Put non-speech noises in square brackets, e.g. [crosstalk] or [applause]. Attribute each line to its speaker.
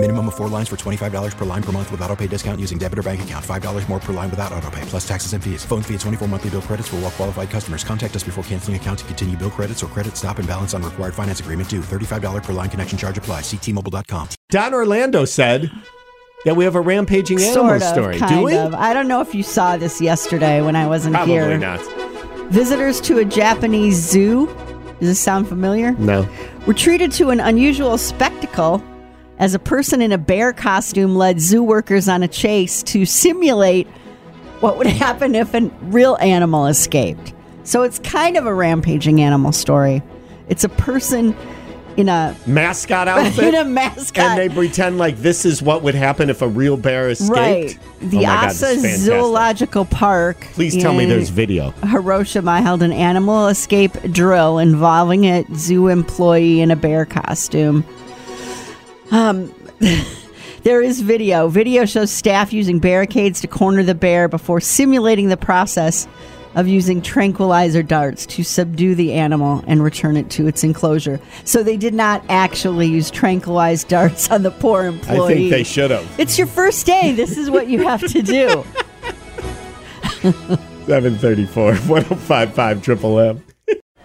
Speaker 1: Minimum of four lines for $25 per line per month with auto pay discount using debit or bank account. $5 more per line without auto pay, plus taxes and fees. Phone fee at 24 monthly bill credits for all well qualified customers. Contact us before canceling account to continue bill credits or credit stop and balance on required finance agreement due. $35 per line connection charge apply. Ctmobile.com.
Speaker 2: Don Orlando said that we have a rampaging animal
Speaker 3: sort of,
Speaker 2: story.
Speaker 3: kind
Speaker 2: Do we?
Speaker 3: of. I don't know if you saw this yesterday when I wasn't
Speaker 2: Probably
Speaker 3: here.
Speaker 2: not.
Speaker 3: Visitors to a Japanese zoo. Does this sound familiar?
Speaker 2: No.
Speaker 3: Were treated to an unusual spectacle as a person in a bear costume led zoo workers on a chase to simulate what would [laughs] happen if a real animal escaped. So it's kind of a rampaging animal story. It's a person in a [laughs]
Speaker 2: Mascot
Speaker 3: in
Speaker 2: outfit.
Speaker 3: a mascot.
Speaker 2: and they pretend like this is what would happen if a real bear escaped.
Speaker 3: Right. The
Speaker 2: oh my God, this
Speaker 3: Asa
Speaker 2: is fantastic.
Speaker 3: Zoological Park.
Speaker 2: Please tell me
Speaker 3: in
Speaker 2: there's video.
Speaker 3: Hiroshima held an animal escape drill involving a zoo employee in a bear costume. Um, [laughs] there is video. Video shows staff using barricades to corner the bear before simulating the process of using tranquilizer darts to subdue the animal and return it to its enclosure. So they did not actually use tranquilized darts on the poor employee.
Speaker 2: I think they should have.
Speaker 3: It's your first day. This is what you have to
Speaker 2: [laughs]
Speaker 3: do.
Speaker 2: 734 1055 Triple M.